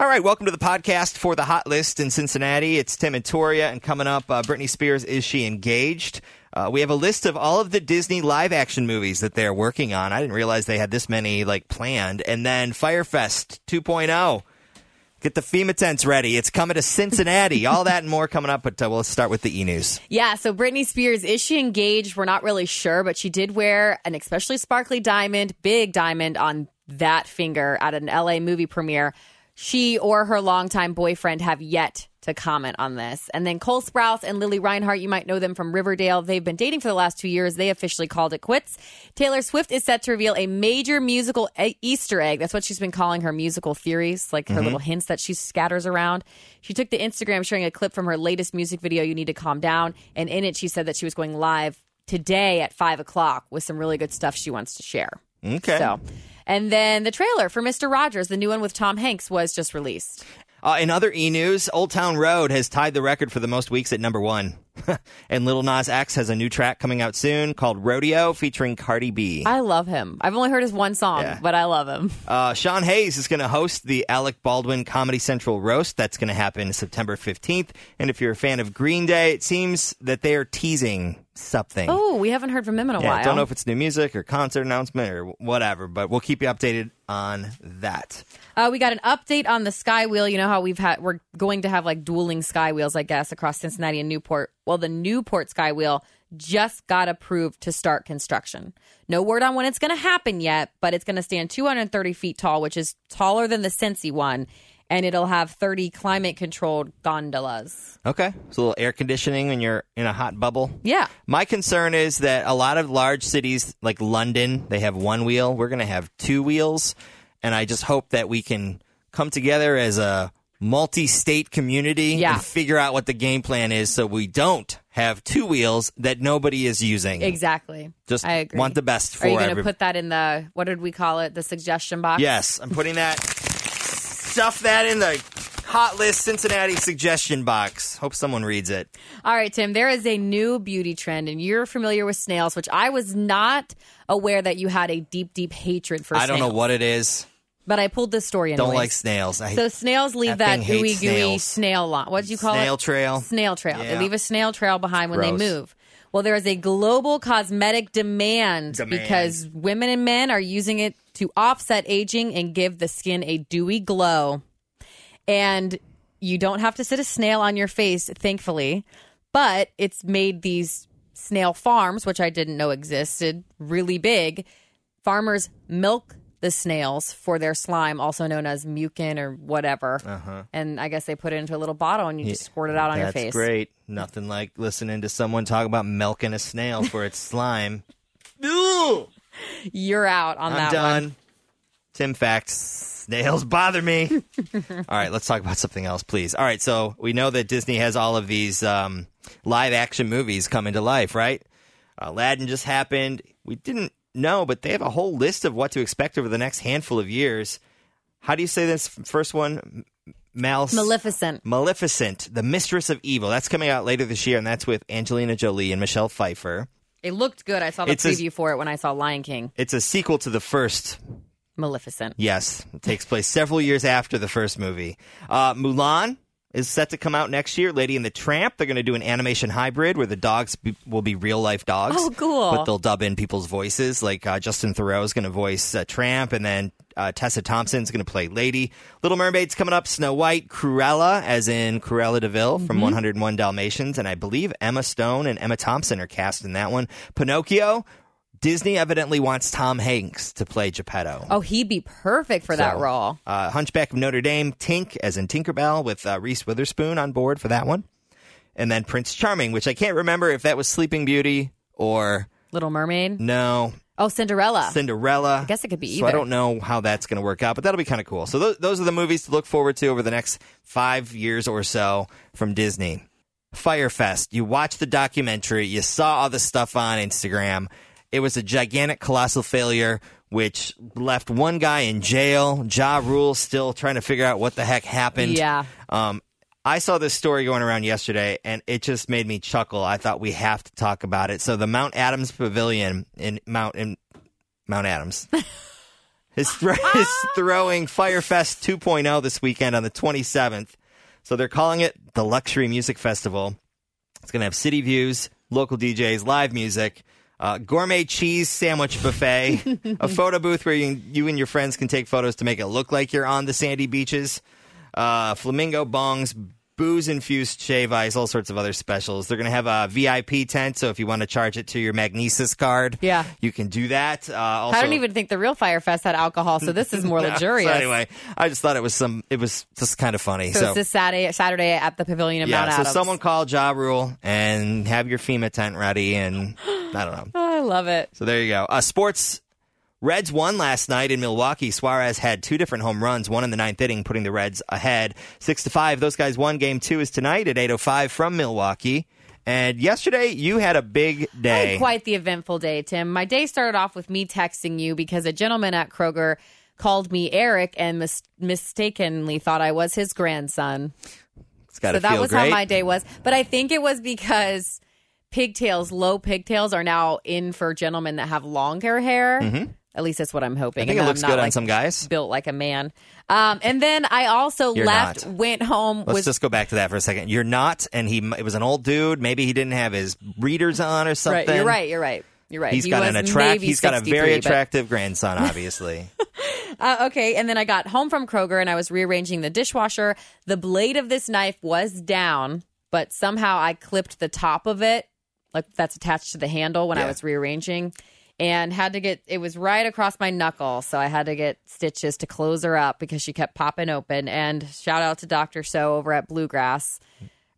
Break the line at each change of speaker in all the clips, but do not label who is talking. All right, welcome to the podcast for the Hot List in Cincinnati. It's Tim and Toria, and coming up, uh, Britney Spears is she engaged? Uh, we have a list of all of the Disney live action movies that they're working on. I didn't realize they had this many like planned. And then Firefest 2.0. Get the FEMA tents ready. It's coming to Cincinnati. all that and more coming up, but uh, we'll start with the e news.
Yeah, so Britney Spears, is she engaged? We're not really sure, but she did wear an especially sparkly diamond, big diamond on that finger at an LA movie premiere. She or her longtime boyfriend have yet to comment on this. And then Cole Sprouse and Lily Reinhart, you might know them from Riverdale. They've been dating for the last two years. They officially called it quits. Taylor Swift is set to reveal a major musical e- Easter egg. That's what she's been calling her musical theories, like her
Mm-hmm.
little hints that she scatters around. She took to Instagram sharing a clip from her latest music video, You Need to Calm Down. And in it, she said that she was going live today at five o'clock with some really good stuff she wants to share.
Okay.
So, and then the trailer for Mr. Rogers, the new one with Tom Hanks, was just released.
Uh, in other e news, Old Town Road has tied the record for the most weeks at number one. and Little Nas X has a new track coming out soon called Rodeo featuring Cardi B.
I love him. I've only heard his one song,
Yeah.
but I love him.
Uh, Sean Hayes is going to host the Alec Baldwin Comedy Central roast. That's going to happen September 15th. And if you're a fan of Green Day, it seems that they are teasing something.
Oh, we haven't heard from him in a
Yeah,
while.
don't know if it's new music or concert announcement or whatever, but we'll keep you updated on that.
uh, we got an update on the sky wheel. You know how we've had we're going to have like dueling sky wheels, I guess, across Cincinnati and Newport. Well, the Newport sky wheel just got approved to start construction. No word on when it's going to happen yet, but it's going to stand 230 feet tall, which is taller than the Cincy one, and it'll have 30 climate controlled gondolas.
Okay, it's a little air conditioning when you're in a hot bubble.
Yeah.
My concern is that a lot of large cities like London, they have one wheel. We're going to have two wheels. And I just hope that we can come together as a multi state community
Yeah.
and figure out what the game plan is so we don't have two wheels that nobody is using.
Exactly.
Just
I agree.
want the best for
Are you going to
every-
put that in the what did we call it? The suggestion box.
Yes, I'm putting that, stuff that in the hot list Cincinnati suggestion box. Hope someone reads it.
All right, Tim, there is a new beauty trend, and you're familiar with snails, which I was not aware that you had a deep, deep hatred for
I don't know
snails.
what it is.
But I pulled this story anyways.
Don't like snails. I
So snails leave
That
that,
thing
gooey,
hates
gooey
snails.
snail line. What did you call
snail
it?
trail.
Snail trail. They
Yeah.
leave a snail trail behind when
Gross.
they move. Well, there is a global cosmetic demand,
Demand.
because women and men are using it to offset aging and give the skin a dewy glow. And you don't have to sit a snail on your face, thankfully, but it's made these snail farms, which I didn't know existed, really big. Farmers milk the snails for their slime, also known as mucin or whatever. And I guess they put it into a little bottle and you just squirt it out on your
Uh-huh. That's
face.
great. Nothing like listening to someone talk about milking a snail for its slime. Ew!
You're out on
I'm
that
done.
one.
Tim facts. Snails bother me. all right, let's talk about something else, please. All right, so we know that Disney has all of these um, live action movies coming to life, right? Aladdin just happened. We didn't know, but they have a whole list of what to expect over the next handful of years. How do you say this f- first one? M- Mal-
Maleficent.
Maleficent, the Mistress of Evil. That's coming out later this year, and that's with Angelina Jolie and Michelle Pfeiffer.
It looked good. I saw the
It's a-
preview for it when I saw Lion King.
It's a sequel to the first.
Maleficent.
Yes, it takes place several years after the first movie. Uh, Mulan is set to come out next year. Lady and the Tramp. They're going to do an animation hybrid where the dogs be- will be real life dogs.
Oh, cool.
But they'll dub in people's voices. Like uh, Justin Thoreau is going to voice uh, Tramp, and then uh, Tessa Thompson's going to play Lady. Little Mermaid's coming up. Snow White, Cruella, as in Cruella Deville
Mm-hmm.
from 101 Dalmatians, and I believe Emma Stone and Emma Thompson are cast in that one. Pinocchio. Disney evidently wants Tom Hanks to play Geppetto.
Oh, he'd be perfect for that
So,
role.
Uh, Hunchback of Notre Dame, Tink, as in Tinkerbell, with uh, Reese Witherspoon on board for that one. And then Prince Charming, which I can't remember if that was Sleeping Beauty or
Little Mermaid.
no,
Oh, Cinderella.
Cinderella. I
guess it could be
So I
either.
don't know how that's going to work out, but that'll be kind of cool. So th- those are the movies to look forward to over the next five years or so from Disney. Firefest. You watched the documentary. You saw all the stuff on Instagram. It was a gigantic, colossal failure, which left one guy in jail. Ja Rule still trying to figure out what the heck happened.
Yeah.
Um, I saw this story going around yesterday, and it just made me chuckle. I thought we have to talk about it. So the Mount Adams Pavilion in Mount in Mount Adams is, is throwing Firefest 2.0 this weekend on the 27th. So they're calling it the Luxury Music Festival. It's going to have city views, local DJs, live music, uh, gourmet cheese sandwich buffet, a photo booth where you, you and your friends can take photos to make it look like you're on the sandy beaches, uh, flamingo bongs, booze infused shave ice, all sorts of other specials. They're going to have a VIP tent, so if you want to charge it to your Magnesis card,
Yeah.
you can do that. Uh, also,
I don't even think the real Firefest had alcohol, so this is more
Yeah,
luxurious.
So anyway, I just thought it was some. It was just kind of funny.
so, it's this Saturday, Saturday at the Pavilion of
yeah,
Mount
so
Adams.
someone call Job Rule and have your FEMA tent ready, and I don't know.
Oh, I love it.
So there you go. Uh, sports. Reds won last night in Milwaukee. Suarez had two different home runs, one in the ninth inning, putting the Reds ahead six to five. Those guys won. Game two is tonight at eight oh five from Milwaukee. And yesterday you had a big
Had
day.
quite the eventful day, Tim. My day started off with me texting you because a gentleman at Kroger called me Eric and mis- mistakenly thought I was his grandson.
it's got
So
to
that
feel
was
great.
how my day was. But I think it was because pigtails, low pigtails, are now in for gentlemen that have longer hair. At least that's what I'm hoping.
Mm-hmm. I think it
and that
looks
I'm not
good on
like
some guys.
built like a man. Um, and then I also
You're
left,
not.
went home,
Let's
was
just go back to that for a second. You're not, and he it was an old dude. Maybe he didn't have his readers on or something.
Right, you're right. You're right. You're right.
He's
He
got
was
an attract.
maybe
He's got a very
63, but-
attractive grandson, obviously.
Uh, okay, and then I got home from Kroger and I was rearranging the dishwasher. The blade of this knife was down, but somehow I clipped the top of it, like that's attached to the handle when I
Yeah.
was rearranging, and had to get it was right across my knuckle, so I had to get stitches to close her up because she kept popping open. And shout out to Doctor So over at Bluegrass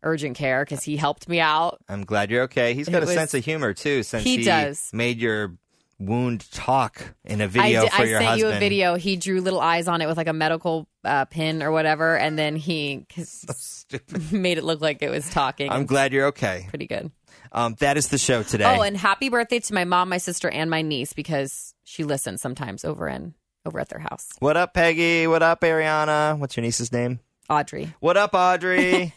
Urgent Care because he helped me out.
I'm glad you're okay. He's got
It
a
was-
sense of humor too, since
He does.
made your wound talk in a video
I, did-
for
I
your
sent
husband.
you a video. He drew little eyes on it with like a medical uh, pin or whatever, and then he 'cause
Stupid.
made it look like it was talking.
I'm glad you're okay.
pretty good.
Um, that is the show today.
Oh, and happy birthday to my mom, my sister, and my niece because she listens sometimes over in over at their house.
what up, Peggy? What up, Ariana? What's your niece's name?
Audrey.
What up, Audrey?